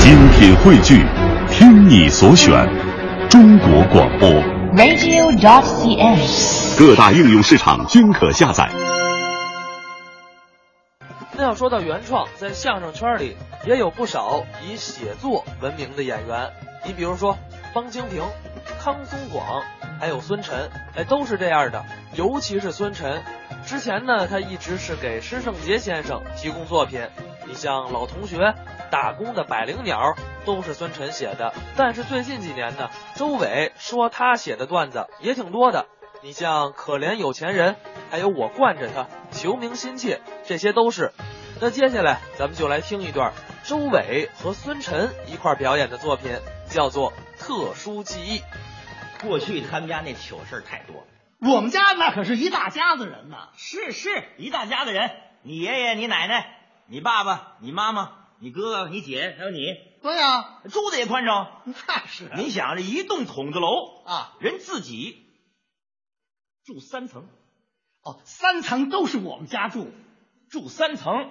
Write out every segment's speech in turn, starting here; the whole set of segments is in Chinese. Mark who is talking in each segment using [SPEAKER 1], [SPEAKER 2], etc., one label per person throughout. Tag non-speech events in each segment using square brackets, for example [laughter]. [SPEAKER 1] 精品汇聚，听你所选，中国广播。
[SPEAKER 2] radio.cn。
[SPEAKER 1] 各大应用市场均可下载。
[SPEAKER 3] 那要说到原创，在相声圈里也有不少以写作闻名的演员，你比如说方清平、康松广，还有孙晨，哎，都是这样的。尤其是孙晨，之前呢，他一直是给施圣杰先生提供作品，你像《老同学》《打工的百灵鸟》都是孙晨写的。但是最近几年呢，周伟说他写的段子也挺多的，你像《可怜有钱人》，还有我惯着他，求名心切，这些都是。那接下来咱们就来听一段周伟和孙晨一块儿表演的作品，叫做《特殊记忆》。
[SPEAKER 4] 过去他们家那糗事儿太多了，
[SPEAKER 5] 我们家那可是一大家子人呐，
[SPEAKER 4] 是是一大家子人，你爷爷、你奶奶、你爸爸、你妈妈、你哥哥、你姐，还有你，
[SPEAKER 5] 对呀、
[SPEAKER 4] 住的也宽敞。
[SPEAKER 5] 那是
[SPEAKER 4] 你想这一栋筒子楼，
[SPEAKER 5] 啊，
[SPEAKER 4] 人自己住三层，
[SPEAKER 5] 哦，三层都是我们家住，
[SPEAKER 4] 住三层，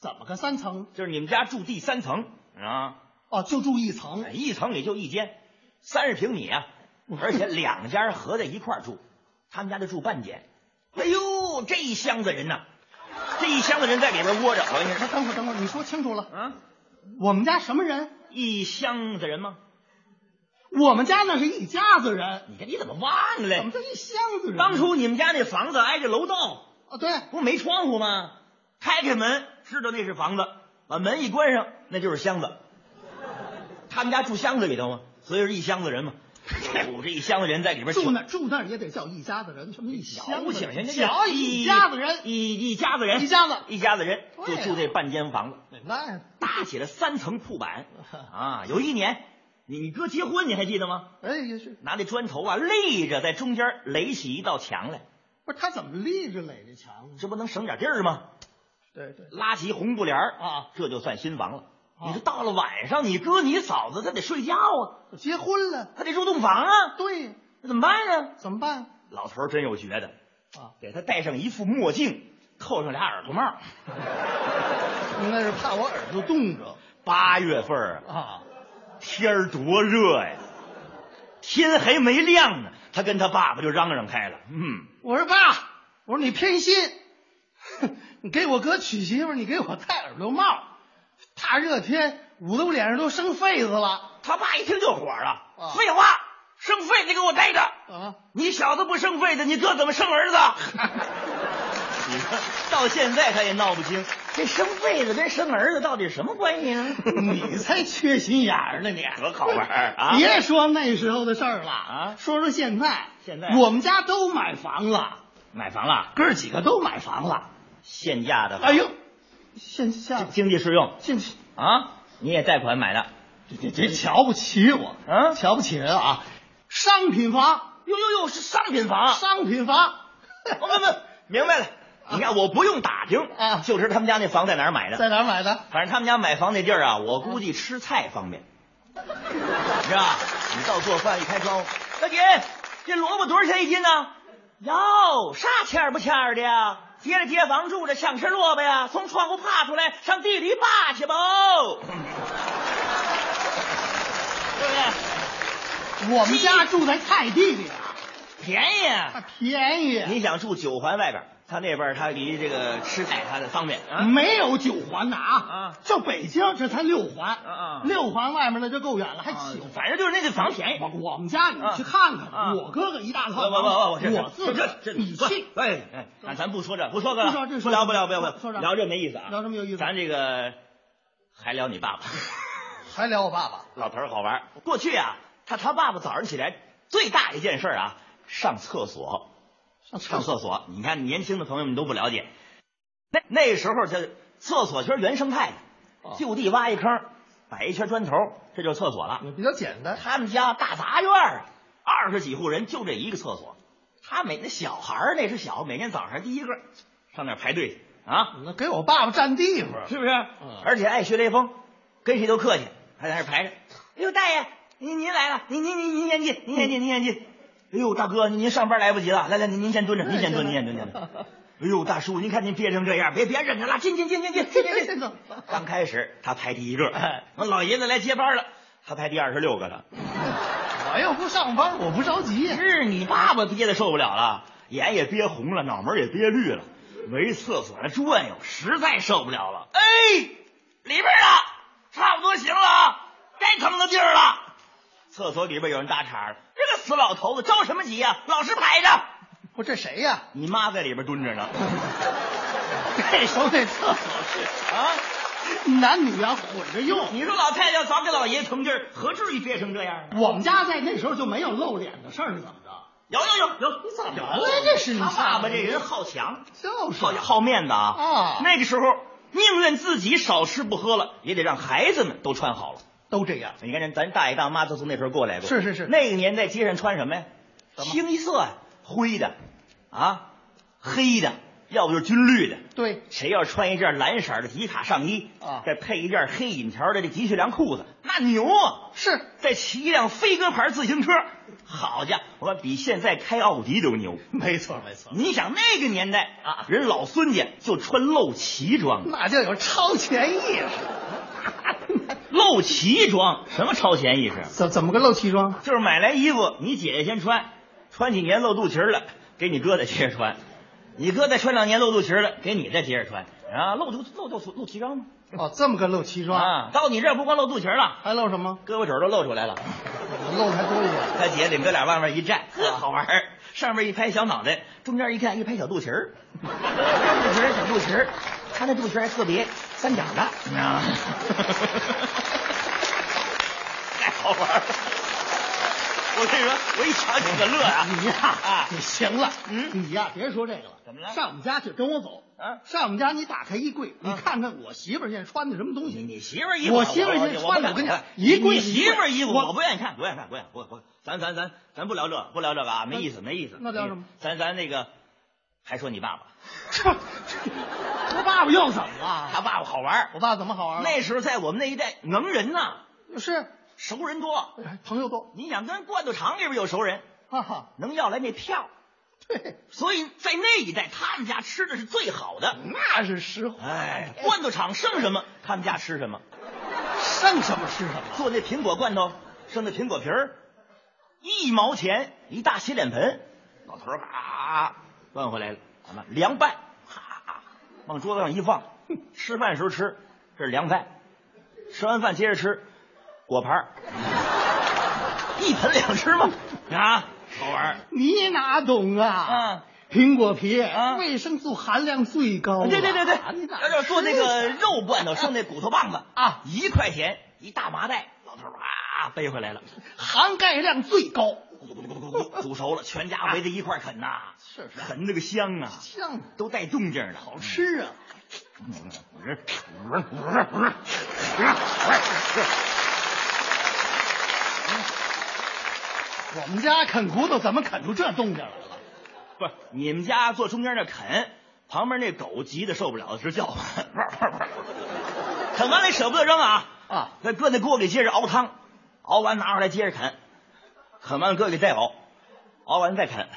[SPEAKER 5] 怎么个三层？
[SPEAKER 4] 就是你们家住第三层啊，
[SPEAKER 5] 哦，就住一层，
[SPEAKER 4] 哎一层里就一间，三十平米啊，
[SPEAKER 5] 嗯
[SPEAKER 4] 而且两家合在一块儿住，他们家就住半间。哎呦，这一箱子人呐，这一箱子人在里边窝着，我跟你
[SPEAKER 5] 哎
[SPEAKER 4] 说
[SPEAKER 5] 等会儿等会儿，你说清楚了，
[SPEAKER 4] 啊，
[SPEAKER 5] 我们家什么人？
[SPEAKER 4] 一箱子人吗？
[SPEAKER 5] 我们家那是一家子人，
[SPEAKER 4] 你看你怎么忘
[SPEAKER 5] 怎
[SPEAKER 4] 了
[SPEAKER 5] 么？就一箱子人？
[SPEAKER 4] 当初你们家那房子挨着楼道，
[SPEAKER 5] 哦，对，
[SPEAKER 4] 不没窗户吗？开开门，知道那是房子，把门一关上，那就是箱子。他们家住箱子里头嘛，所以是一箱子人嘛。我 [laughs] 这一箱子人在里边
[SPEAKER 5] 住那住那儿也得叫一家子人，什么一箱
[SPEAKER 4] 我
[SPEAKER 5] 子
[SPEAKER 4] 想
[SPEAKER 5] 人？
[SPEAKER 4] 想，
[SPEAKER 5] 小一家子人，
[SPEAKER 4] 一一家子人，
[SPEAKER 5] 一家子
[SPEAKER 4] 一家子人就
[SPEAKER 5] 对啊呀
[SPEAKER 4] 住这半间房子，
[SPEAKER 5] 那
[SPEAKER 4] 搭起了三层铺板啊。有一年，你你哥结婚，你还记得吗？
[SPEAKER 5] [laughs] 哎也是，
[SPEAKER 4] 拿那砖头啊立着，在中间垒起一道墙来，
[SPEAKER 5] 不是他怎么立着垒着墙呢？
[SPEAKER 4] 这不能省点地儿吗？
[SPEAKER 5] 对对，
[SPEAKER 4] 拉起红布帘儿
[SPEAKER 5] 啊，
[SPEAKER 4] 这就算新房了。
[SPEAKER 5] 啊
[SPEAKER 4] 你这到了晚上，你哥你嫂子他得睡觉啊，
[SPEAKER 5] 结婚了，
[SPEAKER 4] 他得住洞房啊，
[SPEAKER 5] 对，
[SPEAKER 4] 那怎么办呀？
[SPEAKER 5] 怎么办？
[SPEAKER 4] 老头儿真有觉得，
[SPEAKER 5] 啊，
[SPEAKER 4] 给他戴上一副墨镜，扣上俩耳朵帽。
[SPEAKER 5] 那是怕我耳朵冻着
[SPEAKER 4] 八月份儿啊，
[SPEAKER 5] 啊。
[SPEAKER 4] 天儿多热呀，天还没亮呢，他跟他爸爸就嚷嚷开了。嗯，
[SPEAKER 5] 我说爸，我说你偏心，你给我哥娶媳妇儿，你给我戴耳朵帽，大热天捂得我脸上都生痱子了
[SPEAKER 4] 他爸一听就火了，
[SPEAKER 5] 啊
[SPEAKER 4] 废话，生痱子给我戴着。
[SPEAKER 5] 啊！
[SPEAKER 4] 你小子不生痱子，你哥怎么生儿子？ [laughs] 你看到现在他也闹不清，这生痱子跟生儿子到底什么关系啊？
[SPEAKER 5] 你才缺心眼儿呢你！
[SPEAKER 4] 多好玩儿啊
[SPEAKER 5] 别说那时候的事儿了
[SPEAKER 4] 啊
[SPEAKER 5] 说说现在，啊
[SPEAKER 4] 现在
[SPEAKER 5] 我们家都买房了，
[SPEAKER 4] 买房了，
[SPEAKER 5] 哥儿几个都买房了。
[SPEAKER 4] 现价的，
[SPEAKER 5] 哎呦，现下
[SPEAKER 4] 经济适用
[SPEAKER 5] 现
[SPEAKER 4] 啊！你也贷款买的？
[SPEAKER 5] 这这瞧不起我
[SPEAKER 4] 啊
[SPEAKER 5] 瞧不起人啊！商品房，
[SPEAKER 4] 呦呦呦，是商品房
[SPEAKER 5] 商品房， [laughs]
[SPEAKER 4] 我们们明白了。你看，我不用打听
[SPEAKER 5] 啊
[SPEAKER 4] 就知他们家那房在哪儿买的。
[SPEAKER 5] 在哪儿买的？
[SPEAKER 4] 反正他们家买房那地儿啊，我估计吃菜方便，
[SPEAKER 5] 啊
[SPEAKER 4] 是吧？你到做饭一开窗户，大姐，这萝卜多少钱一斤呢？哟，啥钱儿不钱儿的呀？街着街坊住着，想吃萝卜呀，从窗户爬出来，上地里扒去吧，哦 [laughs] 对不对？
[SPEAKER 5] 我们家住在菜地里啊，
[SPEAKER 4] 便宜
[SPEAKER 5] 它
[SPEAKER 4] 啊！
[SPEAKER 5] 便宜，
[SPEAKER 4] 你想住九环外边，他那边他离这个吃菜他的方便啊。
[SPEAKER 5] 没有九环的啊
[SPEAKER 4] 啊，
[SPEAKER 5] 就北京这才六环
[SPEAKER 4] 啊啊
[SPEAKER 5] 六环外面那就够远了，还
[SPEAKER 4] 啊
[SPEAKER 5] 九环。
[SPEAKER 4] 反正就是那个房便宜。
[SPEAKER 5] 我我们家你
[SPEAKER 4] 啊
[SPEAKER 5] 去看看
[SPEAKER 4] 啊
[SPEAKER 5] 吧，我哥哥一大套
[SPEAKER 4] 不不不不，
[SPEAKER 5] 房
[SPEAKER 4] 这
[SPEAKER 5] 子，我自个
[SPEAKER 4] 这
[SPEAKER 5] 儿
[SPEAKER 4] 这
[SPEAKER 5] 你
[SPEAKER 4] 不
[SPEAKER 5] 去
[SPEAKER 4] 哎哎，咱咱不说这，不说这，
[SPEAKER 5] 不说这
[SPEAKER 4] 不
[SPEAKER 5] 说
[SPEAKER 4] 聊
[SPEAKER 5] 这
[SPEAKER 4] 不聊不聊不
[SPEAKER 5] 说
[SPEAKER 4] 聊，
[SPEAKER 5] 这
[SPEAKER 4] 聊这没意思啊，
[SPEAKER 5] 聊这没有意思
[SPEAKER 4] 咱这个还聊你爸
[SPEAKER 5] [laughs]
[SPEAKER 4] 爸，
[SPEAKER 5] 还聊我爸爸，
[SPEAKER 4] 老头儿好玩儿。过去啊，他他爸爸早上起来最大一件事儿啊，上厕所，
[SPEAKER 5] 上
[SPEAKER 4] 上
[SPEAKER 5] 厕所
[SPEAKER 4] 厕所。你看年轻的朋友们都不了解，那那时候这厕所全是原生态的
[SPEAKER 5] 哦，
[SPEAKER 4] 就地挖一坑，摆一圈砖头，这就是厕所了。
[SPEAKER 5] 也比较简单，
[SPEAKER 4] 他们家大杂院儿啊，二十几户人就这一个厕所。他每那小孩儿那是小，每天早上第一个上那儿排队去啊，
[SPEAKER 5] 那给我爸爸占地方，
[SPEAKER 4] 是不是？而且爱学雷锋，跟谁都客气，还在那儿排着。哎呦，大爷，您您来了，您您您您先进，您先进，您先进。哎呦，大哥，您您上班来不及了，来来，您您先蹲着，您先蹲，您先蹲，您先蹲。哎呦，大叔，您看您憋成这样，别别忍着了，进进进进进进进进。刚开始他排第一个，哎我老爷子来接班了，他排第二十六个了。
[SPEAKER 5] 我又不上班，我不着急。
[SPEAKER 4] 是你爸爸憋的受不了了，眼也憋红了，脑门也憋绿了，没厕所了转悠，实在受不了了。哎，里边了，差不多行了啊，该腾的地儿了。厕所里边有人搭茬了，这个死老头子着什么急呀、老是排着。
[SPEAKER 5] 不，这谁呀、
[SPEAKER 4] 你妈在里边蹲着
[SPEAKER 5] [laughs]
[SPEAKER 4] 呢。
[SPEAKER 5] 这手得厕所去
[SPEAKER 4] 啊，
[SPEAKER 5] 男女啊混着用。
[SPEAKER 4] 你说老太太要早给老爷腾地儿，何至于憋成这样啊？
[SPEAKER 5] 我们家在那时候就没有露脸的事儿，是怎么着？
[SPEAKER 4] 有有有有，你怎么
[SPEAKER 5] 了这是你
[SPEAKER 4] 他爸爸
[SPEAKER 5] 看
[SPEAKER 4] 这人好强，
[SPEAKER 5] 就
[SPEAKER 4] 好好面子啊！
[SPEAKER 5] 啊
[SPEAKER 4] 那个时候宁愿自己少吃不喝了，也得让孩子们都穿好了。
[SPEAKER 5] 都这样。
[SPEAKER 4] 你看人咱大爷大妈都从那时候过来过，
[SPEAKER 5] 是是是
[SPEAKER 4] 那个年代街上穿什么呀？
[SPEAKER 5] 什么
[SPEAKER 4] 清一色呀、灰的，啊，黑的，要不就是军绿的。
[SPEAKER 5] 对，
[SPEAKER 4] 谁要穿一件蓝色的皮卡上衣
[SPEAKER 5] 啊
[SPEAKER 4] 再配一件黑引条的这的确良裤子，那牛啊！
[SPEAKER 5] 是
[SPEAKER 4] 再骑一辆飞鸽牌自行车，好家伙，比现在开奥迪都牛。
[SPEAKER 5] 没错没错，
[SPEAKER 4] 你想那个年代啊，人老孙家就穿露脐装，
[SPEAKER 5] 那叫有超前意识。
[SPEAKER 4] 露脐装什么超前意识？啊
[SPEAKER 5] 怎怎么个露
[SPEAKER 4] [laughs]
[SPEAKER 5] 脐装？
[SPEAKER 4] 就是买来衣服，你姐姐先穿，穿几年露肚脐儿了，给你哥再接着穿，你哥再穿两年露肚脐儿了，给你再接着穿啊，露肚露肚露脐装吗？
[SPEAKER 5] 哦，这么个露脐装，
[SPEAKER 4] 啊，到你这儿不光露肚脐儿了，
[SPEAKER 5] 还露什么？
[SPEAKER 4] 胳膊肘儿都露出来了。
[SPEAKER 5] 露太多一点。
[SPEAKER 4] 他姐领哥俩往那儿一站，呵，
[SPEAKER 5] 啊
[SPEAKER 4] 好玩儿。上面一拍小脑袋，中间一看一拍小肚脐儿，肚脐儿小肚脐儿，他那肚脐儿还特别三角的，你知道吗？ [laughs] 太好玩儿了！我跟你说，我一瞧你可乐啊！
[SPEAKER 5] [laughs] 你哎呀、
[SPEAKER 4] 啊
[SPEAKER 5] 你行了，
[SPEAKER 4] 嗯
[SPEAKER 5] 你呀、别说这个了，
[SPEAKER 4] 怎么了
[SPEAKER 5] 上我们家去，跟我走。
[SPEAKER 4] 啊
[SPEAKER 5] 上我们家，你打开衣柜，你看看我媳妇儿现在穿的什么东
[SPEAKER 4] 你
[SPEAKER 5] 西。
[SPEAKER 4] 你媳妇儿衣服，
[SPEAKER 5] 我媳妇儿
[SPEAKER 4] 我
[SPEAKER 5] 现在
[SPEAKER 4] 我
[SPEAKER 5] 穿的
[SPEAKER 4] 我
[SPEAKER 5] 我跟你讲
[SPEAKER 4] 你
[SPEAKER 5] 一柜
[SPEAKER 4] 你媳妇儿衣服，
[SPEAKER 5] 我
[SPEAKER 4] 我不愿意看，不愿意看，不愿意，不不，咱咱咱咱不聊这，不聊这个啊，没意思，没意思。
[SPEAKER 5] 那聊什么？
[SPEAKER 4] 咱咱那个，还说你爸爸，
[SPEAKER 5] 这 [laughs] 这，我爸爸又怎么了？
[SPEAKER 4] 他爸爸好玩儿。
[SPEAKER 5] 我爸怎么好玩了？
[SPEAKER 4] 那时候在我们那一代，能人呐，
[SPEAKER 5] 是
[SPEAKER 4] 熟人多。
[SPEAKER 5] 哎朋友多，
[SPEAKER 4] 你想跟罐头厂里边有熟人，
[SPEAKER 5] 哈哈，
[SPEAKER 4] 能要来那票，
[SPEAKER 5] 对，
[SPEAKER 4] 所以在那一代他们家吃的是最好的。
[SPEAKER 5] 那是
[SPEAKER 4] [laughs]
[SPEAKER 5] 实话。
[SPEAKER 4] 哎，罐头厂剩什么，他们家吃什么。
[SPEAKER 5] 剩什么是什么。
[SPEAKER 4] 做那苹果罐头，剩那苹果皮儿，一毛钱一大洗脸盆。老头儿嘎端回来了，什么凉拌，哈，往桌子上一放，吃饭时候吃，这是凉菜。吃完饭接着吃果盘儿，一盆两吃嘛，啊，好玩儿。
[SPEAKER 5] 你哪懂啊？苹果皮
[SPEAKER 4] 啊
[SPEAKER 5] 维生素含量最高啊。
[SPEAKER 4] 对对对对
[SPEAKER 5] 啊你，哪
[SPEAKER 4] 要是做那个
[SPEAKER 5] 吃啊去
[SPEAKER 4] 肉罐头，剩那骨头棒子
[SPEAKER 5] 啊
[SPEAKER 4] 一块钱一大麻袋，老头儿啊背回来了，
[SPEAKER 5] 含钙量最高，
[SPEAKER 4] 咕嘟咕嘟咕嘟咕嘟煮熟了，全家围在一块儿啃呐，
[SPEAKER 5] 是是
[SPEAKER 4] 啃那个香啊，
[SPEAKER 5] 像
[SPEAKER 4] 都带动静儿的，好。
[SPEAKER 5] 吃啊。我们家啃骨头怎么啃出这动静来了？
[SPEAKER 4] 不是你们家坐中间那啃，旁边那狗急得受不了，直叫唤，啃完了也舍不得扔啊
[SPEAKER 5] 啊，
[SPEAKER 4] 再搁那锅里接着熬汤，熬完拿出来接着啃，啃完搁里再熬，熬完再啃，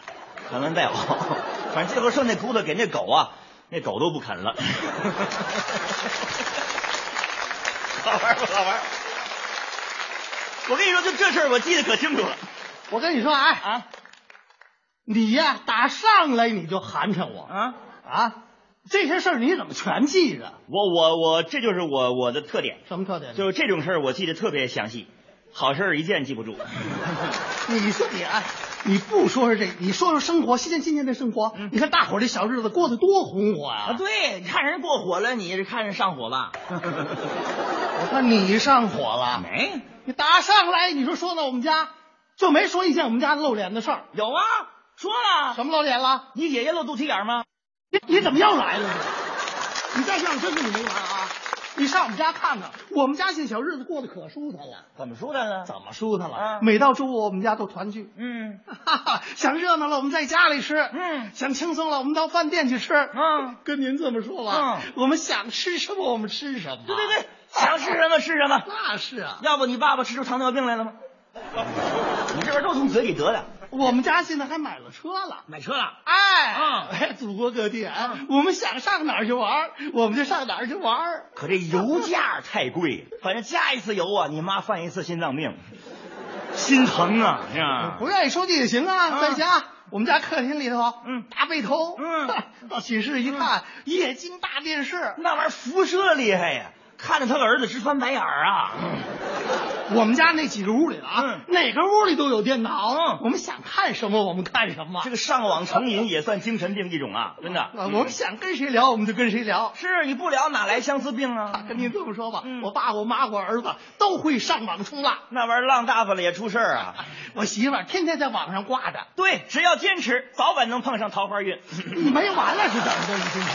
[SPEAKER 4] 啃完再熬， [laughs] 反正最后剩那骨头给那狗啊，那狗都不啃了。 [laughs] 好玩不好玩？我跟你说，就这事儿我记得可清楚了
[SPEAKER 5] 我跟你说，哎，
[SPEAKER 4] 啊
[SPEAKER 5] 你呀、打上来你就寒碜我
[SPEAKER 4] 啊！
[SPEAKER 5] 啊！这些事儿你怎么全记着？
[SPEAKER 4] 我我我，这就是我我的特点。
[SPEAKER 5] 什么特点？
[SPEAKER 4] 就是这种事儿，我记得特别详细，好事儿一件记不住。
[SPEAKER 5] 你说你哎，你不说说这，你说说生活，现在今天的生活，你看大伙儿这小日子过得多红火呀、
[SPEAKER 4] 啊，对，你看人过火了，你是看人上火 [laughs] 了？
[SPEAKER 5] 我看你上火了，
[SPEAKER 4] 没
[SPEAKER 5] 你打上来你说说到我们家，就没说一件我们家露脸的事儿，
[SPEAKER 4] 有啊，说了，
[SPEAKER 5] 什么露脸了？
[SPEAKER 4] 你姐姐露肚脐眼儿吗？
[SPEAKER 5] 你你怎么又来了呢？你再这样真是你没完啊！你上我们家看看，我们家这小日子过得可舒坦了。
[SPEAKER 4] 怎么说的呢？
[SPEAKER 5] 怎么舒坦了？
[SPEAKER 4] 啊
[SPEAKER 5] 每到周五我们家都团聚，
[SPEAKER 4] 嗯
[SPEAKER 5] 哈哈， [laughs] 想热闹了我们在家里吃，
[SPEAKER 4] 嗯
[SPEAKER 5] 想轻松了我们到饭店去吃，
[SPEAKER 4] 嗯，
[SPEAKER 5] 跟您这么说吧，
[SPEAKER 4] 嗯
[SPEAKER 5] 我们想吃什么我们吃什么，
[SPEAKER 4] 对对，对，想吃什么吃什么。
[SPEAKER 5] 那是啊，
[SPEAKER 4] [laughs] 要不你爸爸吃出糖尿病来了吗？你这玩意儿都从嘴里得的，
[SPEAKER 5] 我们家现在还买了车了。
[SPEAKER 4] 买车了，
[SPEAKER 5] 哎，
[SPEAKER 4] 啊
[SPEAKER 5] 哎，祖国各地，哎，
[SPEAKER 4] 嗯
[SPEAKER 5] 我们想上哪儿去玩儿，我们就上哪儿去玩儿。
[SPEAKER 4] 可这油价太贵，反正加一次油啊，你妈犯一次心脏病，心疼啊，是吧？
[SPEAKER 5] 不愿意收地也行啊，在家我们家客厅里头，
[SPEAKER 4] 嗯
[SPEAKER 5] 大背头，
[SPEAKER 4] 嗯，
[SPEAKER 5] [laughs] 到寝室一看，液晶大电视。
[SPEAKER 4] 那玩意儿辐射厉害呀，看着他儿子直翻白眼儿啊。
[SPEAKER 5] 嗯我们家那几个屋里了啊
[SPEAKER 4] 嗯，
[SPEAKER 5] 哪个屋里都有电脑，
[SPEAKER 4] 嗯
[SPEAKER 5] 我们想看什么我们看什么
[SPEAKER 4] 这。个上网成瘾也算精神病一种啊，真的。
[SPEAKER 5] 啊我们想跟谁聊我们就跟谁聊。
[SPEAKER 4] 是你不聊哪来相思病啊？
[SPEAKER 5] 跟您这么说吧，
[SPEAKER 4] 嗯
[SPEAKER 5] 我爸、我妈、我儿子都会上网冲浪，
[SPEAKER 4] [laughs] 那玩意儿浪大发了也出事儿啊。
[SPEAKER 5] 我媳妇儿天天在网上挂着，
[SPEAKER 4] 对，只要坚持，早晚能碰上桃花运。
[SPEAKER 5] 你没完了是怎么着？你今天，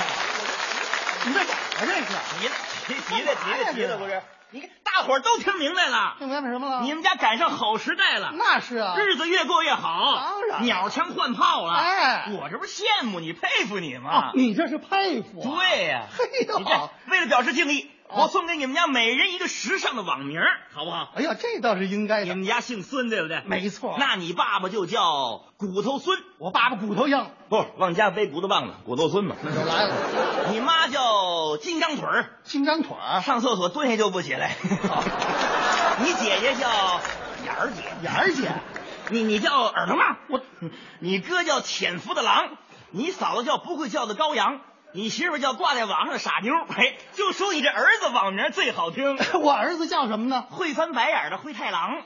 [SPEAKER 5] 你这怎么这是？
[SPEAKER 4] 哎急了，急急了，急了，急了，不是？你看，大伙儿都听明白了，
[SPEAKER 5] 听明白什么了？
[SPEAKER 4] 你们家赶上好时代了，
[SPEAKER 5] 那是啊，
[SPEAKER 4] 日子越过越好，
[SPEAKER 5] 当然
[SPEAKER 4] 鸟枪换炮了。啊
[SPEAKER 5] 哎
[SPEAKER 4] 我这不是羡慕你、佩服你
[SPEAKER 5] 啊
[SPEAKER 4] 吗？
[SPEAKER 5] 你这是佩服啊、
[SPEAKER 4] 对呀、
[SPEAKER 5] 嘿呦
[SPEAKER 4] 你这为了表示敬意，
[SPEAKER 5] 哦
[SPEAKER 4] 我送给你们家每人一个时尚的网名儿，好不好？
[SPEAKER 5] 哎呀，这倒是应该
[SPEAKER 4] 你
[SPEAKER 5] 的。
[SPEAKER 4] 们家姓孙对不对？
[SPEAKER 5] 没错
[SPEAKER 4] 那你爸爸就叫骨头孙，
[SPEAKER 5] 我爸爸骨头硬，
[SPEAKER 4] 不往家背骨头棒子，骨头孙
[SPEAKER 5] [laughs]
[SPEAKER 4] 嘛。
[SPEAKER 5] 又来了，
[SPEAKER 4] 你妈叫金刚腿儿，
[SPEAKER 5] 金刚腿儿，
[SPEAKER 4] 上厕所蹲下就不起
[SPEAKER 5] [laughs]
[SPEAKER 4] 来。你姐姐叫眼儿姐，
[SPEAKER 5] 眼儿姐，
[SPEAKER 4] 你你叫耳朵帽，我，你哥叫潜伏的狼，你嫂子叫不会叫的羔羊，你媳妇叫挂在网上的傻妞。哎，就说
[SPEAKER 5] [laughs]
[SPEAKER 4] 你这儿子网名最好听，
[SPEAKER 5] 我儿子叫什么呢？
[SPEAKER 4] 会翻白眼儿的灰太狼。